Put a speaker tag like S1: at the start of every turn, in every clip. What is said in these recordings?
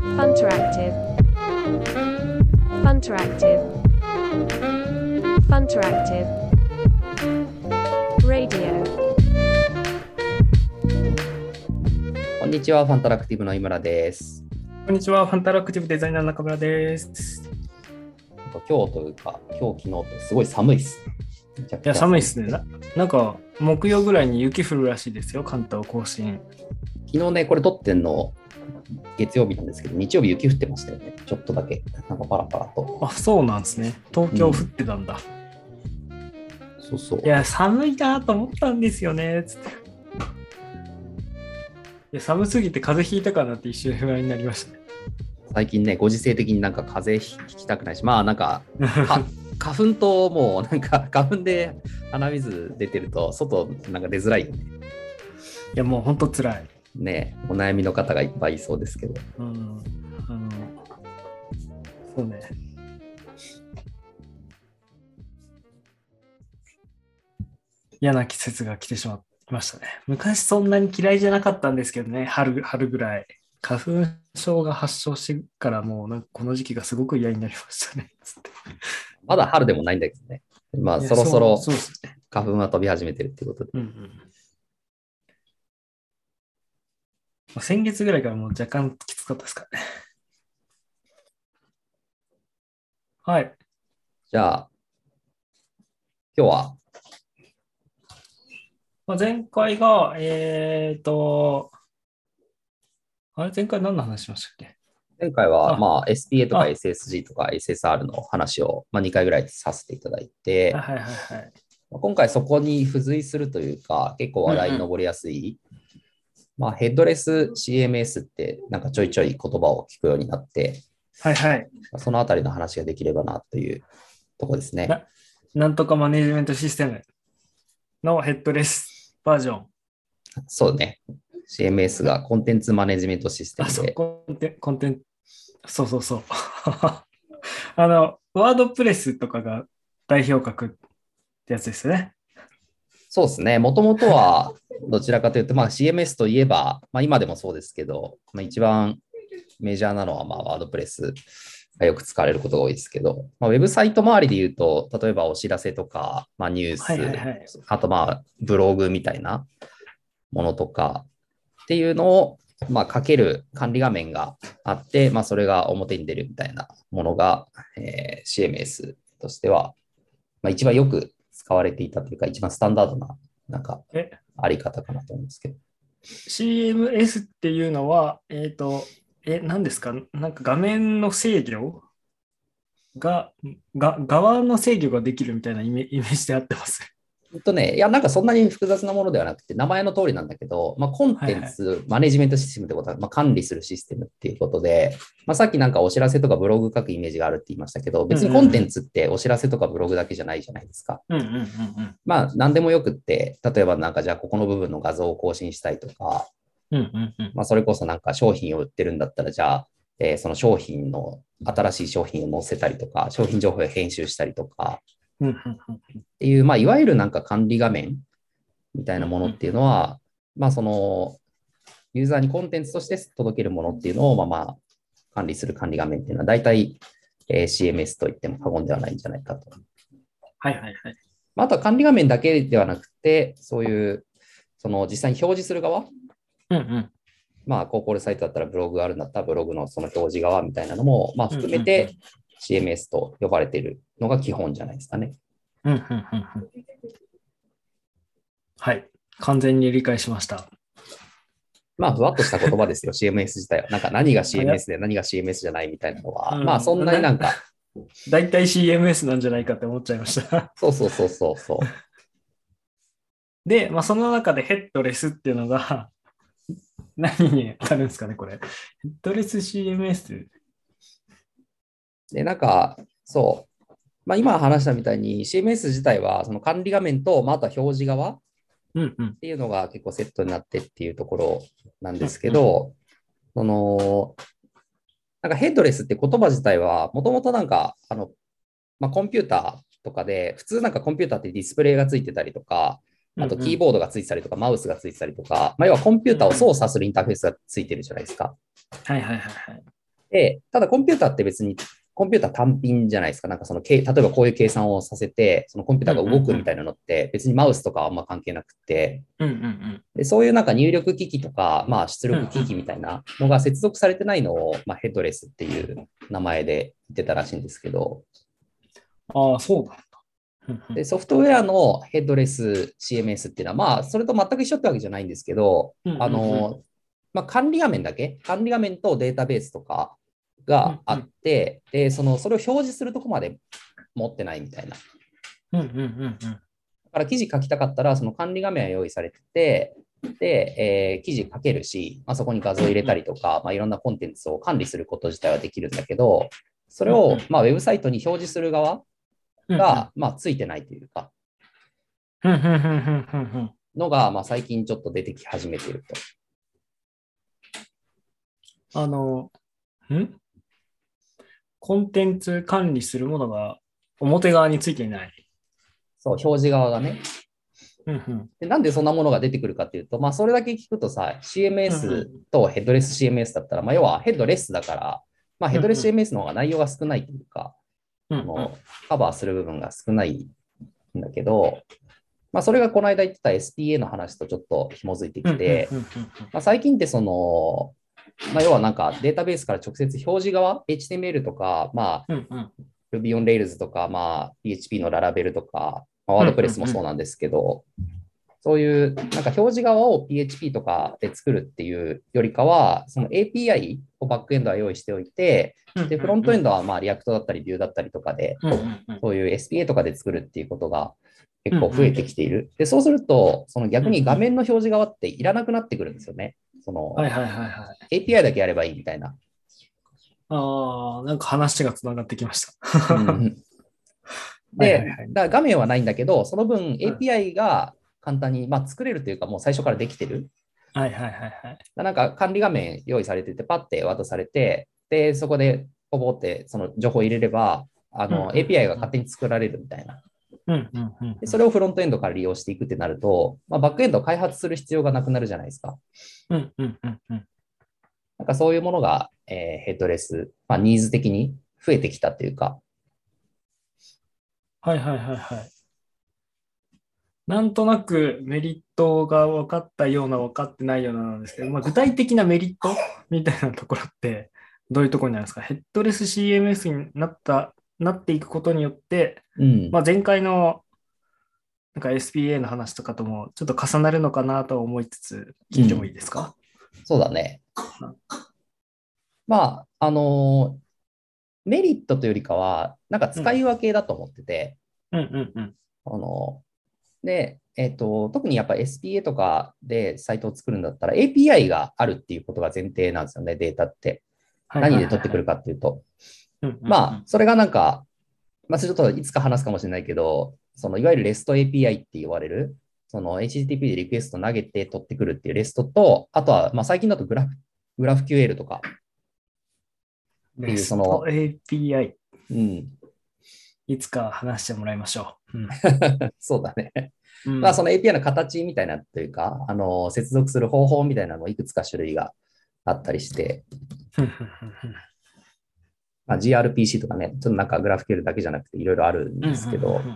S1: Funteractive. Funteractive. Funteractive. Radio.
S2: こんにちは、ファンタラクティブの井村です。
S3: こんにちは、ファンタラクティブデザイナーの中村です。
S2: なんか今日というか、今日、昨日とすごい寒いです。
S3: いや、寒いですね。ななんか、木曜ぐらいに雪降るらしいですよ、関東甲信。
S2: 昨日ね、これ撮ってんの月曜日なんですけど、日曜日雪降ってましたよね。ちょっとだけ。なんかパラパラと。
S3: あ、そうなんですね。東京降ってたんだ。
S2: そうそう
S3: い。や、寒いなと思ったんですよね、つって。いや、寒すぎて風邪ひいたかなって一瞬不安になりましたね。
S2: 最近ね、ご時世的になんか風邪ひきたくないし、まあなんか、 か花粉ともうなんか、花粉で鼻水出てると、外なんか出づらいよね。
S3: いや、もうほんと辛い。
S2: ねお悩みの方がいっぱいいそうですけど。
S3: うん。あの、そうね。嫌な季節が来てしまいましたね。昔そんなに嫌いじゃなかったんですけどね、春春ぐらい。花粉症が発症してからもうなんかこの時期がすごく嫌になりましたね。つって
S2: まだ春でもないんだけどね。まあ
S3: いや
S2: そろそうろ
S3: そうですね。
S2: 花粉は飛び始めてるってことで。
S3: うんうんまあ先月ぐらいからもう若干きつかったですからね。 はい。
S2: じゃあ、今日は
S3: まあ、前回が、えっ、と、あれ前回何の話しましたっけ
S2: 前回は、
S3: あ
S2: まあ、SPA とか
S3: あ
S2: SSG とか SSR の話を、まあ、2回ぐらいさせていただいて、
S3: はいはいはいはい。
S2: まあ今回そこに付随するというか、結構話題に上りやすい、まあ、ヘッドレス CMS って、なんかちょいちょい言葉を聞くようになって、
S3: はいはい。
S2: まあそのあたりの話ができればなというとこですね。
S3: ななんとかマネジメントシステムのヘッドレスバージョン。
S2: そうね。CMS がコンテンツマネジメントシステ
S3: あ、
S2: ム
S3: そう、
S2: で、
S3: コンテンコンテンそうそうそう。 あの、ワードプレスとかが代表格ってやつですね。
S2: そうですね。もともとは、どちらかというと、まあ、CMS といえば、まあ、今でもそうですけど、まあ、一番メジャーなのは、まあ、ワードプレスがよく使われることが多いですけど、まあ、ウェブサイト周りで言うと、例えばお知らせとか、まあ、ニュース、
S3: はいはいはい
S2: あと、まあ、ブログみたいなものとかっていうのを、まあ、かける管理画面があって、まあ、それが表に出るみたいなものが、えー CMS としては、まあ、一番よく使われていたというか、一番スタンダードな、なんか
S3: え、
S2: あり方かなと思うんですけど。
S3: CMS っていうのは、えっ、と、え、何ですかなんか画面の制御が、が、側の制御ができるみたいなイメイメージであってます。
S2: えっとね、いや、なんかそんなに複雑なものではなくて、名前の通りなんだけど、まあ、コンテンツマネジメントシステムってことは、まあ、管理するシステムっていうことで、まあ、さっきなんかお知らせとかブログ書くイメージがあるって言いましたけど、別にコンテンツってお知らせとかブログだけじゃないじゃないですか。
S3: うんうんうんうん。
S2: まあ、何でもよくって、例えばなんかじゃあここの部分の画像を更新したいとか、
S3: うんうんうん。
S2: まあ、それこそなんか商品を売ってるんだったら、じゃあ、えーその商品の新しい商品を載せたりとか、商品情報を編集したりとか、
S3: うんうんうん
S2: っていう、まあ、いわゆるなんか管理画面みたいなものっていうのは、まあ、その、ユーザーにコンテンツとして届けるものっていうのを、まあまあ、管理する管理画面っていうのは、大体、えー CMS と言っても過言ではないんじゃないかと。
S3: はいはいはい。
S2: まあ、あとは管理画面だけではなくて、そういう、その実際に表示する側、
S3: うんうん。
S2: まあ、コーポレサイトだったらブログがあるんだったら、ブログのその表示側みたいなのも、まあ、含め
S3: うん
S2: て CMS と呼ばれているのが基本じゃないですかね。
S3: うんうんうんうん。はい。完全に理解しました。
S2: まあ、ふわっとした言葉ですよ、CMS 自体は。なんか何が CMS で何が CMS じゃないみたいなのは、
S3: うん
S2: まあ、そんなになんか、
S3: だいたい CMS なんじゃないかって思っちゃいました。
S2: そうそうそうそうそう。
S3: で、まあ、その中でヘッドレスっていうのが、 何に当たるんですかね、これ。ヘッドレス CMS。
S2: で、なんか、そう。まあ、今話したみたいに CMS 自体は、その管理画面と、まあ、あとは表示側っ
S3: うんうん。
S2: ていうのが結構セットになってっていうところなんですけど、その、なんかヘッドレスって言葉自体は、もともとなんか、あの、まあ、コンピューターとかで、普通なんかコンピューターってディスプレイがついてたりとか、あとキー
S3: ボ
S2: ボードがついてたりとか、マウスがついてたりとか、まあ、要はコンピューターを操作するインターフェースがついてるじゃないですか。
S3: ード。はいはいはいはい。
S2: で、ただコンピューターって別に、コンピューター単品じゃないですか。なんかそのけ、例えばこういう計算をさせて、そのコンピューターが動くみたいなのって、別にマウスとかはあんま関係なくて、
S3: うんうんうん。
S2: でそういうなんか入力機器とか、まあ出力機器みたいなのが接続されてないのを、まあ、ヘッドレスっていう名前で言ってたらしいんですけど、
S3: ああ、そうなんだ。うんうん
S2: でソフトウェアのヘッドレス CMS っていうのは、まあ、それと全く一緒ってわけじゃないんですけど、
S3: うんうんうん
S2: あのまあ、管理画面だけ、管理画面とデータベースとかがあって、でそのそれを表示するとこまで持ってないみたいな。だ
S3: うんうんうんうん。
S2: から記事書きたかったら、その管理画面は用意されてて、で、えー記事書けるし、まあ、そこに画像入れたりとか、まあ、いろんなコンテンツを管理すること自体はできるんだけど、それ
S3: うんう
S2: を
S3: ん、
S2: まあ、ウェブサイトに表示する側が、まあ、ついてないというか、
S3: うんうんうんうんうんうんうん。
S2: のが、まあ、最近ちょっと出てき始めてると。
S3: あの、んコンテンツ管理するものが表側についていない。
S2: そう、表示側がね。
S3: うんうん。
S2: でなんでそんなものが出てくるかっていうと、まあ、それだけ聞くとさ、CMS とヘッドレス CMS だったら、まあ、要はヘッドレスだから、まあ、ヘッドレス CMS の方が内容が少ないというか、
S3: うん
S2: あ
S3: うん
S2: のカバーする部分が少ないんだけど、まあ、それがこの間言ってた SPA の話とちょっと紐づいてきて、
S3: うんうんう
S2: ま
S3: ん
S2: あ、最近ってその、まあ、要はなんかデータベースから直接表示側、HTML とか、まあ、
S3: うんうん
S2: Ruby on Rails とか、まあ、PHP の Laravel とか、まあ、WordPress もそうなんですけど、そういうなんか表示側を PHP とかで作るっていうよりかは、その API をバックエンドは用意しておいて、
S3: うんうん
S2: で、フロントエンドはまあ React だったり Vue だったりとかで、
S3: うんうんうん
S2: そういう SPA とかで作るっていうことが結構増えてきている。で、そうすると、その逆に画面の表示側っていらなくなってくるんですよね。その
S3: はいはいはいはい。
S2: API だけやればいいみたい な。
S3: ああ、なんか話がつながってきました。はい
S2: で
S3: はいは
S2: だ
S3: い、
S2: から画面はないんだけど、その分 API が簡単に、まあ、作れるというか、もう最初からできてる。
S3: はいはいは
S2: だ
S3: いはい。
S2: からなんか管理画面用意されてて、パッて渡されて、で、そこでポポってその情報を入れれば、あ
S3: うん
S2: の API が勝手に作られるみたいな。
S3: うんうんうん
S2: でそれをフロントエンドから利用していくってなると、まあ、バックエンドを開発する必要がなくなるじゃないですか。
S3: うんうんうんうん。
S2: なんかそういうものが、えーヘッドレス、まあ、ニーズ的に増えてきたというか、
S3: はいはいはいはい。なんとなくメリットが分かったような分かってないようななんですけど、まあ、具体的なメリットみたいなところってどういうところになるんですかヘッドレス CMS になったなっていくことによって、
S2: うん
S3: まあ、前回のなんか SPA の話とかともちょっと重なるのかなとは思いつつ聞いてもいいですか、
S2: そうだね。まあ、あのーメリットというよりかは、なんか使い分けだと思ってて、
S3: うん、うんうん
S2: あのーで、えっ、と、特にやっぱ SPA とかでサイトを作るんだったら API があるっていうことが前提なんですよね、データって。
S3: はいはいはいはいうん。
S2: 何で取ってくるかっていうと。
S3: うんうん
S2: まあ、それがなんか、まあ、ちょっといつか話すかもしれないけど、そのいわゆる REST API って言われる、その HTTP でリクエスト投げて取ってくるっていう REST と、あとは、まあ、最近だとグラフグラフ QL とか、
S3: レス
S2: その
S3: ト API、
S2: うん、
S3: いつか話してもらいましょう。うん
S2: そうだね。
S3: う ん
S2: まあ、その API の形みたいなというか、あの、接続する方法みたいなのもいくつか種類があったりして、
S3: うんうんうんうん
S2: まあ、GRPC とかね、ちょっとなんかグラフ q l だけじゃなくていろいろあるんですけ
S3: うんう
S2: ど
S3: んうんう、んうん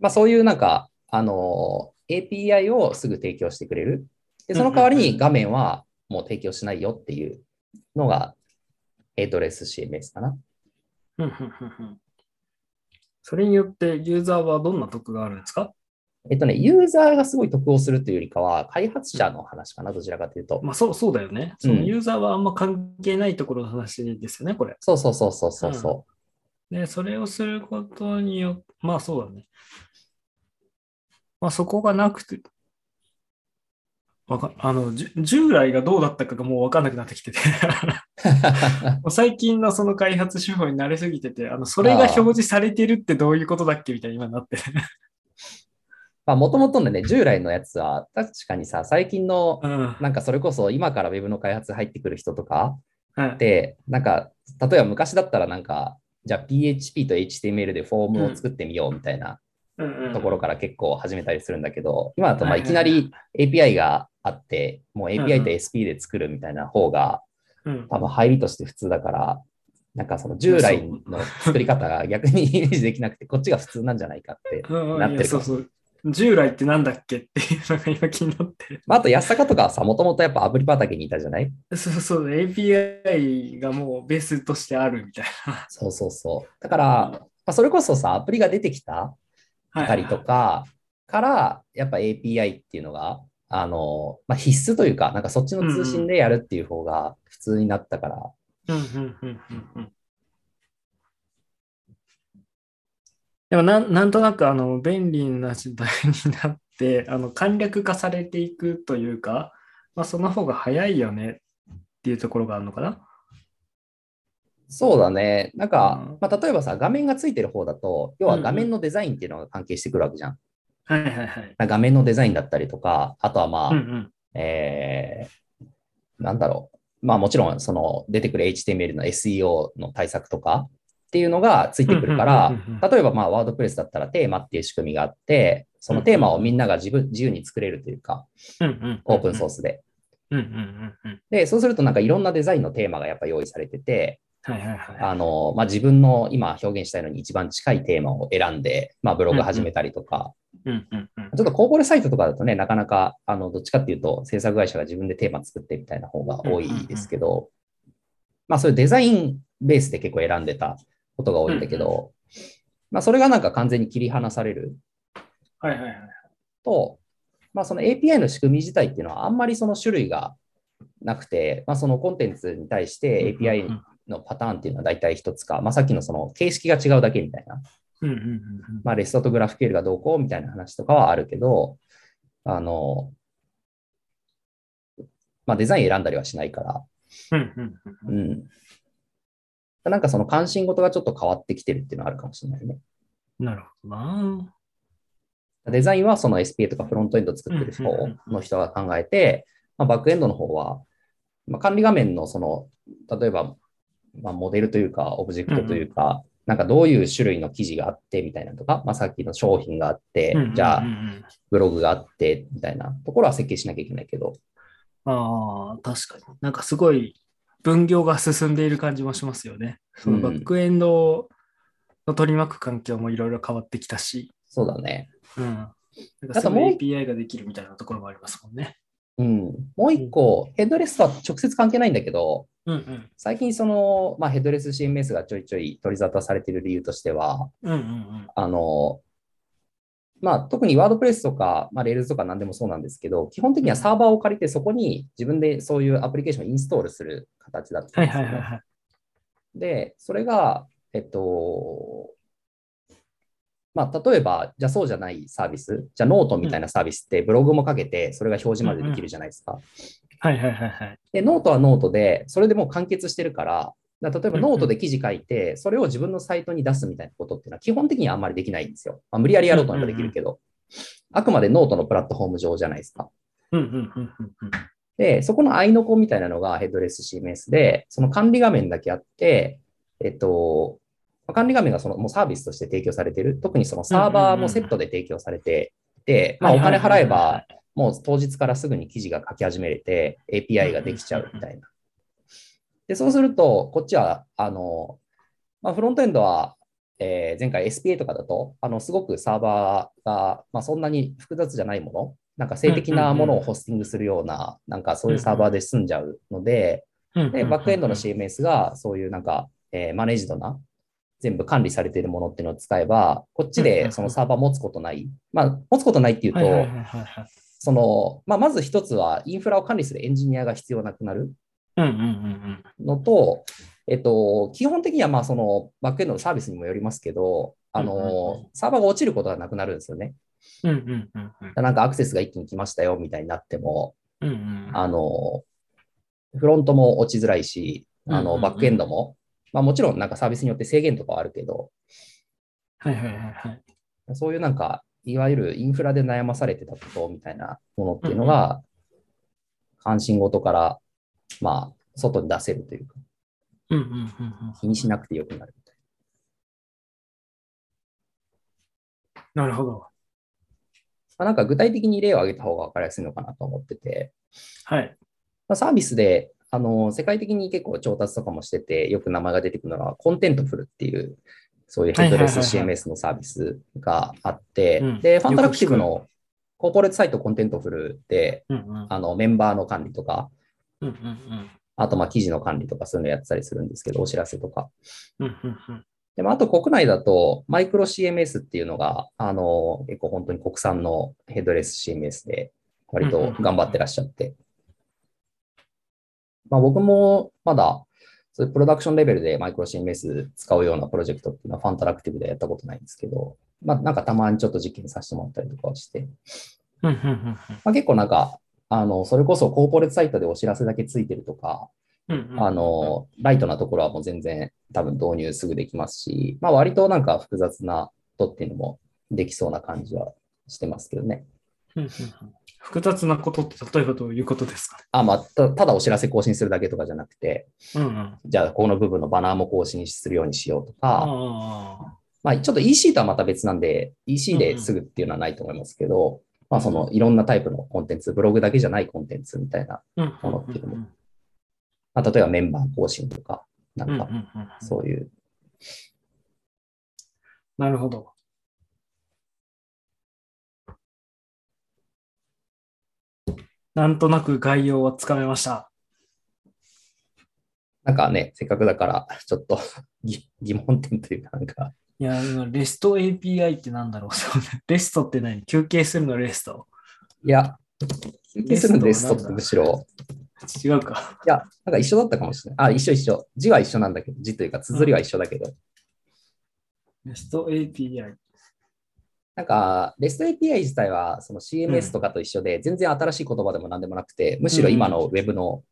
S2: まあ、そういうなんか、あの、API をすぐ提供してくれる。で、その代わり
S3: うんうんう
S2: に
S3: ん
S2: 画面はもう提供しないよっていうのが、ヘッドレス CMS かな。
S3: うんうんうんうんそれによってユーザーはどんな得があるんですか
S2: えっとね、ユーザーがすごい得をするというよりかは、開発者の話かな、どちらかというと。
S3: まあそうそうだよね。そのユーザーはあんま関係ないところの話ですよね、これ。
S2: そうそうそうそうそうそう。
S3: で、それをすることによって、まあそうだね。まあそこがなくて、わかあのじゅ従来がどうだったかがもう分かんなくなってきてて、もう最近のその開発手法に慣れすぎてて、あのそれが表示されてるってどういうことだっけみたいに今な ってる。
S2: まあ、もともとのね、従来のやつは、確かにさ、最近の、
S3: うん
S2: なんかそれこそ今から Web の開発入ってくる人とか
S3: うん
S2: で、なんか、例えば昔だったらなんか、じゃあ PHP と HTML でフォームを作ってみようみたいな
S3: うんうん
S2: ところから結構始めたりするんだけど、今だとまあ
S3: はい
S2: い
S3: はい
S2: きなり API があって、もう
S3: うん
S2: API と SP で作るみたいな方が、
S3: うん。
S2: 多分入りとして普通だから、なんかその従来の作り方が逆に イメージできなくて、こっちが普通なんじゃないかって。
S3: うん
S2: なっ
S3: うん、い
S2: てる
S3: や
S2: か
S3: そうそう。従来ってなんだっけっていうのが今気になってる。
S2: まあ、あと安坂とかはさ、もともとやっぱ炙り畑にいたじゃない
S3: そうそう、API がもうベースとしてあるみたい
S2: そうそうそう。だから、まあ、それこそさ、アプリが出てきた
S3: な。
S2: あたりと
S3: か。
S2: かから、やっぱ API っていうのが、あの、まあ、必須というか、なんかそっちの通信でやるっていう方が普通になったから、
S3: うんうんうんうんうん。でもなん、なんとなく、あの、便利な時代になって、 あの、簡略化されていくというか、まあ、その方が早いよねっていうところがあるのかな。
S2: そうだね。なんか、
S3: うん
S2: まあ、例えばさ、画面がついてる方だと、要は画面のデザインっていうのが関係してくるわけじゃん。
S3: はいはいはい。
S2: 画面のデザインだったりとか、あとはまあ、
S3: うんうん。
S2: えーなんだろう。まあもちろん、その出てくる HTML の SEO の対策とかっていうのがついてくるか
S3: うんう
S2: ら
S3: んうんうん、
S2: 例えばまあワードプレスだったらテーマっていう仕組みがあって、そのテーマをみんなが自分自由に作れるというか、
S3: うんうん。
S2: オープンソー。スで。
S3: うんうんうんうん。
S2: で、そうするとなんかいろんなデザインのテーマがやっぱ用意されてて、
S3: はいはいはい。
S2: あの、まあ、自分の今表現したいのに一番近いテーマを選んで、まあ、ブログ始めたりとか、
S3: うんうんうん。
S2: ちょっとコーポレサイトとかだとね、なかなか、あの、どっちかっていうと、制作会社が自分でテーマ作ってみたいな方が多いですけど、まあ、そういうデザインベースで結構選んでたことが多いんだけど、まあ、それがなんか完全に切り離される
S3: はいはいはい。
S2: と、まあ、その API の仕組み自体っていうのは、あんまりその種類がなくて、まあ、そのコンテンツに対して API
S3: うん
S2: のパターンっていうのは大体一つか、まあ、さっきのその形式が違うだけみたいな、
S3: うんうんうんうん。
S2: まあ、レストとグラフ QL がどうこうみたいな話とかはあるけど、あの、まあ、デザイン選んだりはしないから、
S3: うんうんうん。
S2: うん。なんかその関心事がちょっと変わってきてるっていうのはあるかもしれないね。
S3: なるほどな。
S2: デザインはその SPA とかフロントエンド作ってる人
S3: うんうんうんうん
S2: の人が考えて、まあ、バックエンドの方は、まあ、管理画面のその、例えば、まあ、モデルというか、オブジェクトというか、なんかどういう種類の記事があってみたいなのとか、まあ、さっきの商品があって、じゃ
S3: うん
S2: あ
S3: うんうん
S2: ブログがあってみたいなところは設計しなきゃいけないけど、
S3: ああ、確かに。なんかすごい分業が進んでいる感じもしますよね。そのバックエンドの取り巻く環境もいろいろ変わってきたし、
S2: そうだね。
S3: うん。なん
S2: あ
S3: か
S2: と
S3: すぐ
S2: もう
S3: API ができるみたいなところもありますもんね。
S2: うん。もう一個、ヘッドレスとは直接関係ないんだけど、
S3: うんうん。
S2: 最近その、まあ、ヘッドレス CMS がちょいちょい取り沙汰されている理由としては、
S3: うんうん
S2: あの、まあ、特にワードプレスとか、まあ、レールズとか何でもそうなんですけど、基本的にはサーバーを借りて、そこに自分でそういうアプリケーションをインストールする形だった
S3: は
S2: んで
S3: い
S2: す
S3: は
S2: よ
S3: いはい
S2: ね。
S3: はい。
S2: で、それが、えっと、まあ、例えば、じゃあそうじゃないサービス、じゃあノートみたいなサービスってブログもかけて、それが表示までできるじゃないですか。
S3: はいはいはいはい。
S2: で、ノートはノートで、それでもう完結してるから、だから例えば
S3: うんうん
S2: ノートで記事書いて、それを自分のサイトに出すみたいなことっていうのは基本的にはあんまりできないんですよ。まあ、無理やりやろうと思えばできるけど、あくまでノートのプラットフォーム上じゃないですか。
S3: うんうんうんうんうん。
S2: で、そこの合いの子みたいなのがヘッドレス CMS で、その管理画面だけあって、えっと、まあ管理画面がそのもうサービスとして提供されてる、特にそのサーバーもセットで提供されていて、まあ、お金払えば、もう当日からすぐに記事が書き始めれて、API ができちゃうみたいな。で、そうすると、こっちは、あの、まあ、フロントエンドは、えー前回 SPA とかだと、あの、すごくサーバーが、まあ、そんなに複雑じゃないもの、なんか性的なものをホスティングするような、なんかそういうサーバーで済んじゃうので、
S3: はいはいはいは
S2: で、
S3: い
S2: バックエンドの
S3: シー
S2: CMS が、そういうなんか、えーマネージドな、全部管理されているものっていうのを使えば、こっちでそのサーバー持つことない。まあ、持つことないっていうと、
S3: はいはいはいはいはい。
S2: その、まあ、まず一つは、インフラを管理するエンジニアが必要なくなる
S3: うんうんうん
S2: のと、えっと、基本的には、まあ、その、バックエンドのサービスにもよりますけど、あ
S3: うんうん
S2: の、サーバーが落ちることがなくなるんですよね。
S3: うん。うんうんうんうん。
S2: なんかアクセスが一気に来ましたよ、みたいになっても、
S3: うんうんうん。
S2: あの、フロントも落ちづらいし、あ
S3: うんうんう
S2: の、
S3: ん
S2: バックエンドも、まあ、もちろん、なんかサービスによって制限とかはあるけど、
S3: はいはいはいはい。
S2: そういうなんか、いわゆるインフラで悩まされてたことみたいなものっていうのが、関心事から、まあ、外に出せるというか、
S3: うんうんうんうん。
S2: 気にしなくてよくなるみたい
S3: なるほど。
S2: な。まあ、なんか具体的に例を挙げた方が分かりやすいのかなと思ってて、
S3: はい。
S2: まあ、サービスであの、世界的に結構調達とかもしてて、よく名前が出てくるのは、コンテントフルっていう、そういうヘッドレス
S3: はいはいはいは
S2: CMS のサービスがあって、
S3: うん
S2: で、ファンタラクティブのコーポレートサイトコンテントフルで、
S3: うんうん。
S2: あの、メンバーの管理とか、
S3: うんうんうん。
S2: あと、まあ、記事の管理とかそういうのやってたりするんですけど、お知らせとか。
S3: うんうんうん。
S2: でも、あと国内だと、マイクロ CMS っていうのが、あの、結構本当に国産のヘッドレス CMS で、割と頑張ってらっしゃって。まあ、僕もまだ、そういうプロダクションレベルでマイクロ CMS 使うようなプロジェクトっていうのは、ファンタラクティブでやったことないんですけど、まあ、なんかたまにちょっと実験させてもらったりとかはして、
S3: うんうんうん
S2: まあ、結構なんか、あの、それこそコーポレートサイトでお知らせだけついてるとか、
S3: うんうんうん。
S2: あの、ライトなところはもう全然多分導入すぐできますし、まあ割となんか複雑なことっていうのもできそうな感じはしてますけどね。
S3: うんうんうん。複雑なことって例えばどういうことですか
S2: あ、まあたただお知らせ更新するだけとかじゃなくて、
S3: うんうん。
S2: じゃあここの部分のバナーも更新するようにしようとか、
S3: あ
S2: まあちょっと EC とはまた別なんで、EC ですぐっていうのはないと思いますけど、まあそのいろんなタイプのコンテンツ、ブログだけじゃないコンテンツみたいな、
S3: あ。
S2: ものっていうのもまあ例えばメンバー更新とか、な
S3: うんうんんう
S2: か
S3: んうん。
S2: そういう
S3: なるほど。なんとなく概要はつかめました。
S2: なんかね、せっかくだから、ちょっと疑疑問点というか、なんか、
S3: いや、今レスト API ってなんだろうそうね レストって何休憩するのレスト
S2: いや、休憩するんで
S3: レ
S2: す
S3: ス
S2: とって
S3: トはなんだ
S2: むしろ、
S3: 違うか。
S2: いや、なんか一緒だったかもしれない。あ、一緒一緒。字は一緒なんだけど、字というか、綴りは一緒だけど、
S3: レスト API。
S2: なんか、REST API 自体は、その CMS とかと一緒で、全然新しい言葉でも何でもなくて、むしろ今の Web の、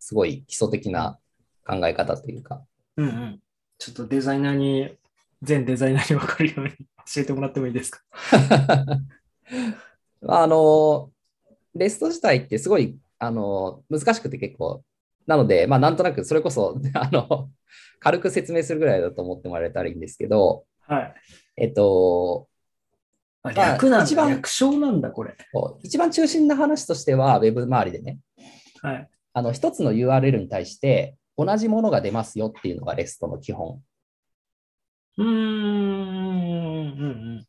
S2: すごい基礎的な考え方というか、
S3: うんうん。ちょっとデザイナーに、全デザイナーに分かるように教えてもらってもいいですか
S2: あの、レスト自体ってすごい、あの、難しくて結構、なので、まあ、なんとなく、それこそ、あの、軽く説明するぐらいだと思ってもらえたらいいんですけど、
S3: はい。
S2: えっと、
S3: あ
S2: まあ
S3: 略なん
S2: 一
S3: だ。
S2: 番
S3: 略称なんだ、これ。
S2: こう一番中心な話としては、Web 周りでね、
S3: はい。
S2: あの、一つの URL に対して、同じものが出ますよっていうのがレストの基本。
S3: うーん。うん
S2: 例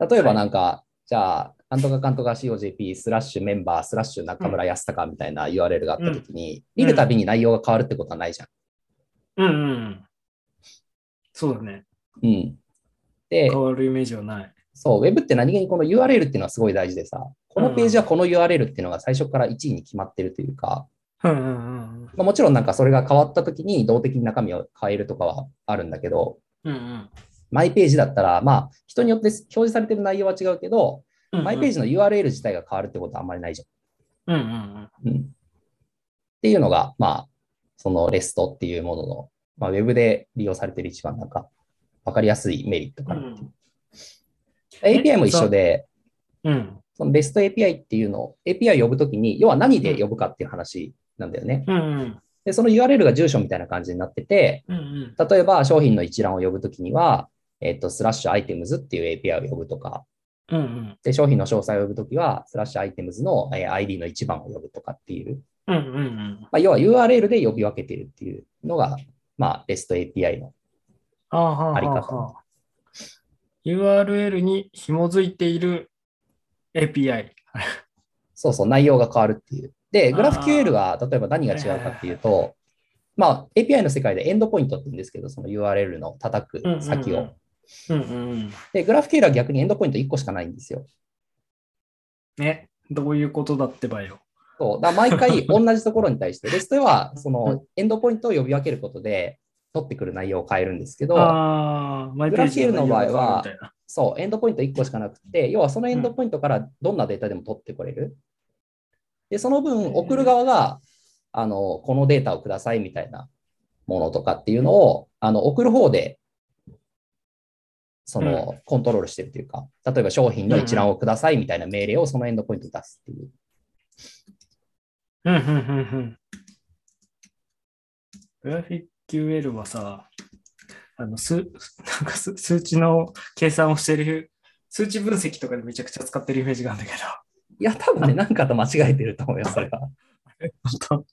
S2: え
S3: は
S2: ば
S3: い
S2: なんか、じゃあ、なんとかかんとか COJP スラッシュメンバースラッシュ中村康隆みたいな URL があったときに、
S3: うん
S2: 見るたびに内容が変わるってことはないじゃん。
S3: うん。うんうん。そうだね。
S2: うん。で
S3: 変、わるイメージはない。
S2: そう、Web って何気にこの URL っていうのはすごい大事でさ、このページはこの URL っていうのが最初から1位に決まってるというか、
S3: うんうんうん。
S2: まあ、もちろんなんかそれが変わった時に動的に中身を変えるとかはあるんだけど、
S3: うん
S2: マイページだったら、まあ人によって表示されてる内容は違うけど、
S3: うん。
S2: マイペー
S3: ジ。
S2: ジの URL 自体が変わるってことはあんまりないじ
S3: うんうんうん。
S2: ゃん。うん、っていうのが、まあ、その REST っていうものの、まあ、Web で利用されてる一番なんか分かりやすいメリットかな。API も一緒で、
S3: うん。
S2: その REST API っていうのを、API を呼ぶときに、要は何で呼ぶかっていう話なんだよね。
S3: うんうん。
S2: で、その URL が住所みたいな感じになってて、
S3: うんうん。
S2: 例えば商品の一覧を呼ぶときには、えっと、スラッシュアイテムズっていう API を呼ぶとか、
S3: うんうん。
S2: で、商品の詳細を呼ぶときは、スラッシュアイテムズのえー ID の1番を呼ぶとかっていう、
S3: うんうんうん。
S2: まあ、要は URL で呼び分けてるっていうのが、まあ、REST API の。
S3: あーはーはーはー
S2: あり方
S3: URL に紐づいている API。
S2: そうそう、内容が変わるっていう。で、
S3: あー
S2: GraphQL は、例えば何が違うかっていうと、まあ、API の世界でエンドポイントって言うんですけど、その URL の叩く先を。
S3: うんうんうん。
S2: で、GraphQL は逆にエンドポイント1個しかないんですよ。
S3: ね。どういうことだってばよ。
S2: そうだから毎 回同じところに対して、REST ではそうのエンドポイントを呼び分けることで、取ってくる内容を変えるんですけど、
S3: ああ、マイページ内容が変わるみたいな、
S2: そう、エンドポイント1個しかなくて、要はそのエンドポイントからどんなデータでも取ってこれる。で、その
S3: へー
S2: 分、送る側が、あの、このデータをくださいみたいなものとかっていうのを、あの、送る方で、その、コントロールしてるというか、例えば商品の一覧をくださいみたいな命令をそのエンドポイントに出すっていう。
S3: うんうんうんうん。グラフィック QL はさ、あの数なんか数数値の計算をしてる、数値分析とかでめちゃくちゃ使ってるイメージがあるんだけど。
S2: いや、多分ね、なんかと間違えてると思うよ、それは。
S3: 本
S2: う
S3: 当
S2: ん。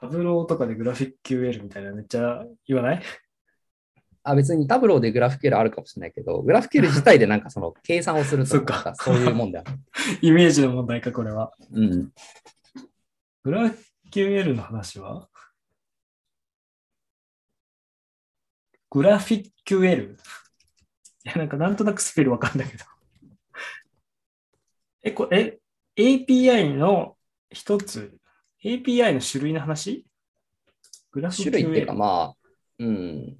S3: タブローとかでグラフィック UL みたいなめっちゃ言わない
S2: あ別にタブローでグラフ q l あるかもしれないけど、グラフ q l 自体でなんかその計算をするとか、
S3: そっか
S2: そういうもんだよ。
S3: イメージの問題か、これは。
S2: うん。
S3: グラフ QL の話はグラフィック QL? いや、なんかなんとなくスペルわかんないけど。 え、これ、え API の一つ、API の種類の話グラフィッ
S2: 種類
S3: ク
S2: っていうか
S3: QL。
S2: まあ、うん。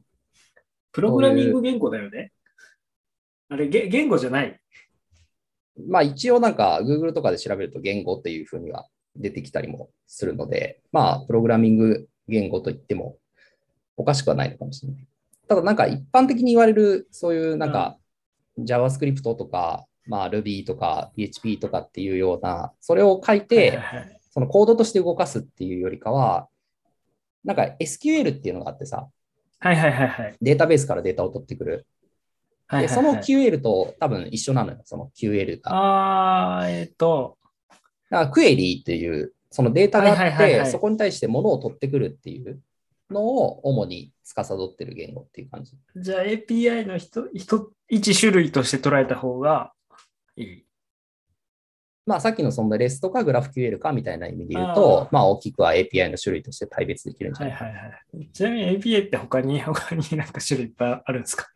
S3: プログラミング言語だよね。あれ、げ言語じゃない。
S2: まあ一応なんか Google とかで調べると言語っていうふうには出てきたりもするので、まあプログラミング言語と言ってもおかしくはないのかもしれない。ただなんか一般的に言われるそういうなんか JavaScript とか、まあ、Ruby とか PHP とかっていうような、それを書いて、
S3: はいはいはい
S2: そのコードとして動かすっていうよりかは、なんか SQL っていうのがあってさ、
S3: はいはいはいはい。
S2: データベースからデータを取ってくる。
S3: はいはいは
S2: で、
S3: い
S2: その QL と多分一緒なのよ、その QL が。
S3: あー、えっと、
S2: だからクエリーっていう、そのデータがあ
S3: は
S2: っ
S3: いはいはいは
S2: て、
S3: い
S2: そこに対して物を取ってくるっていうのを主に司ってる言語っていう感じ。
S3: じゃあ API の一一一種類として捉えた方がいい。
S2: まあさっきのそのレスとかグラフ q l かみたいな意味で言うと、まあ大きくは API の種類として大別できるんじゃ
S3: は
S2: ないいか。
S3: はいはい。ちなみに API って他に、他になんか種類いっぱいあるんですか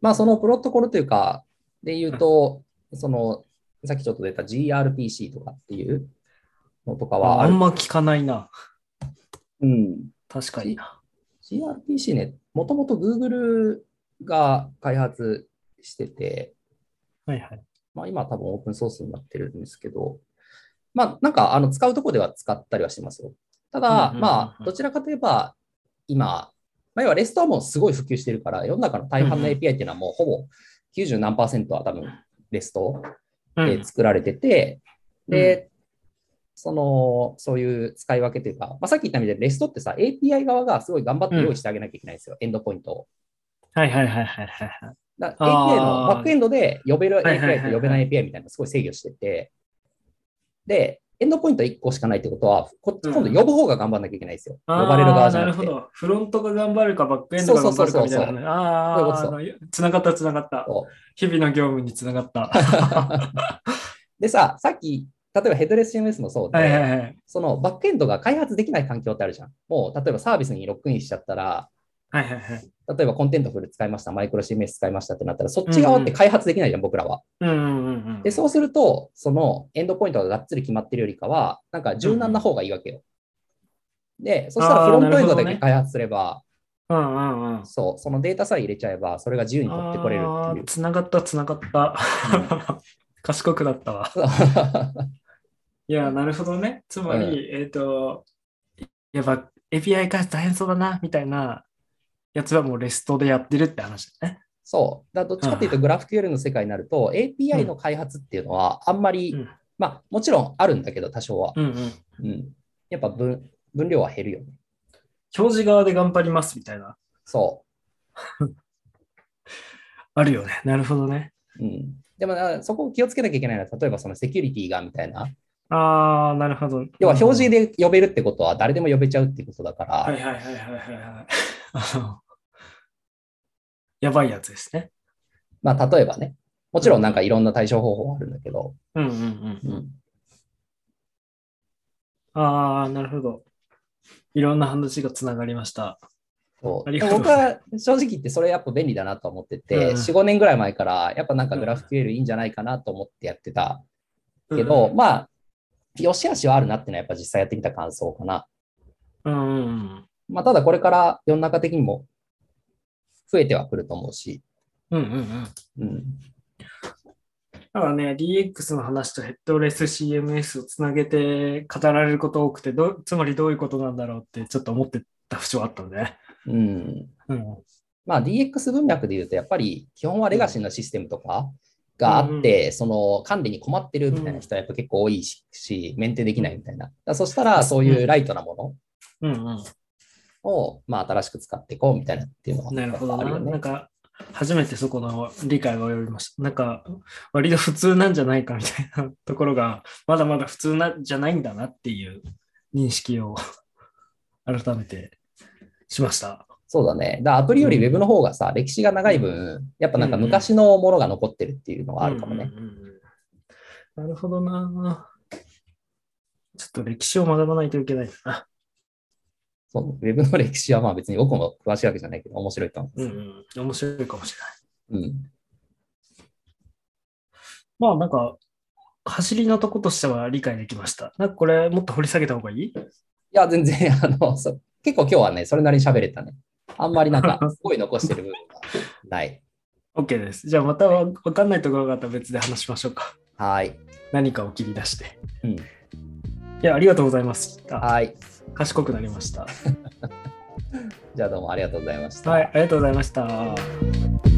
S2: まあそのプロトコルというか、で言うと、そのさっきちょっと出た GRPC とかっていうのとかはあ
S3: あ
S2: る
S3: ん。ま聞かないな。
S2: うん、
S3: 確かにな。
S2: GRPC ね、もともと Google が開発してて、
S3: はいはい。
S2: まあ、今は多分オープンソースになってるんですけど、まあ、なんかあの使うとこでは使ったりはしてますよ。た
S3: うんうん
S2: だ、
S3: うんうん
S2: まあ、どちらかといえば、今、まあ、要はレストはもうすごい普及してるから、世の中の大半の
S3: うんう
S2: API
S3: ん
S2: っていうのはもうほぼ90何パーセントは多分レスト
S3: うん
S2: で作られてて、で、その、そういう使い分けというか、まあ、さっき言ったみたいにレストってさ、API 側がすごい頑張って用意してあげなきゃいけないんですよ、エンドポイントを。
S3: はいはいはいはいはいはい。
S2: だ
S3: あ
S2: API
S3: ー
S2: のバックエンドで呼べる
S3: はいはい
S2: API
S3: はい
S2: と呼べない API みたいなのをすごい制御してて、で、エンドポイント1個しかないってことは、こ
S3: うん
S2: 今度呼ぶ方が頑張んなきゃいけないですよ。
S3: あー
S2: 呼ばれる側じゃなく
S3: な
S2: て
S3: る。ほど。フロントが頑張るか、バックエンドが頑張るかみたい
S2: そう
S3: な
S2: そうそう
S3: ね。あー
S2: そ
S3: あの、つながったつながった。
S2: そう
S3: 日々の業務につな がった。
S2: でさ、さっき、例えばヘッドレス CMS もそうで、
S3: はいはいはい。
S2: そのバックエンドが開発できない環境ってあるじゃん。もう、例えばサービスにロックインしちゃったら、
S3: はいはいはい。
S2: 例えばコンテントフル使いました、マイクロ CMS 使いましたってなったら、そっち側って開発できないじゃん、僕らは。
S3: うんうんうんうん。
S2: で、そうすると、そのエンドポイントががっつり決まってるよりかは、なんか柔軟な方がいいわけよ。で、そしたら
S3: あ
S2: フ
S3: ー
S2: ロントエンド
S3: なるほど
S2: だ
S3: ね
S2: け開発すれば、
S3: うんうんうん。
S2: そう、そのデータさえ入れちゃえば、それが自由に取ってこれるっていう。
S3: つながった、つながった。 賢くなったわ。いや、なるほどね。つまり、
S2: うん
S3: えっ、と、やっぱ API 開発大変そうだな、みたいなやつはもう REST でやってるって話だね。
S2: そう。だからどっちかというと、グラフ q l の世界になると、API の開発っていうのは、あんまり、
S3: うん
S2: まあ、もちろんあるんだけど、多少は。
S3: うんうん。
S2: うん。やっぱ分、分量は減るよね。
S3: 表示側で頑張ります、みたいな。
S2: そ
S3: あるよね。なるほどね。
S2: う。うん。でも、あそこを気をつけなきゃいけないのは、例えばそのセキュリティがみたいな。
S3: あー、なるほど。
S2: 要は表示
S3: で。
S2: で呼べるってことは誰でも呼べちゃうってことだから、
S3: はいはいはいはいはいはい。あのやばいやつですね。
S2: まあ例えばね、もちろんなんかいろんな対処方法はあるんだけど、
S3: うんうんうん。
S2: うん、
S3: あー、なるほど。いろんな話がつながりました。
S2: そう
S3: あ
S2: で
S3: りがとう
S2: 僕
S3: ござい
S2: は正直言ってそれやっぱ便利だなと思ってて、
S3: うん
S2: 4、5年ぐらい前からやっぱなんかグラフ q l いいんじゃないかなと思ってやってたけ
S3: うん
S2: ど、
S3: うん
S2: まあ、良し悪しはあるなっていうのはやっぱ実際やってみた感想かな。
S3: うんうんうん。
S2: まあただこれから世の中的にも増えてはくると思うし、
S3: うんうん
S2: う
S3: うん。
S2: ん、
S3: ただね、DX の話とヘッドレス CMS をつなげて語られること多くてど、つまりどういうことなんだろうってちょっと思ってた節はあったんでね。
S2: うん、
S3: うん。
S2: まあ、DX 文脈で言うと、やっぱり基本はレガシーのシステムとかがあって、その管理に困ってるみたいな人はやっぱ結構多いし、メンテできないみたいな。だからそしたら、そういうライトなも
S3: うんうん。
S2: のを、まあ、新しく使っていこうみたいなっていうのは
S3: なるほど
S2: やっぱあ
S3: な。
S2: よね
S3: なんか、初めてそこの理解が及びました。なんか、割と普通なんじゃないかみたいなところが、まだまだ普通なんじゃないんだなっていう認識を改めてしました。
S2: そうだね。だからアプリよりウェブの方がさ、歴史が長い分、やっぱなんか昔のものが残ってるっていうのはあるかもね。
S3: うんうんうんうん。なるほどな。ちょっと歴史を学ばないといけないな。
S2: そうウェブの歴史はまあ別に僕も詳しいわけじゃないけど、面白いと思う。
S3: うんうん。面白いかもしれない。
S2: うん。
S3: まあなんか、走りのとことしては理解できました。なんかこれもっと掘り下げた方がいい
S2: いや、全然、あの、そ結構今日はね、それなりに喋れたね。あんまりなんか、すごい残してる部分がない。
S3: ?OK です。じゃあまたわわかんないところがあったら別で話しましょうか。
S2: はい。
S3: 何かを切り出して。
S2: うん
S3: いや、ありがとうございます。あ
S2: はい。
S3: 賢くなりました。
S2: じゃあどうもありがとうございました。
S3: はい、ありがとうございました。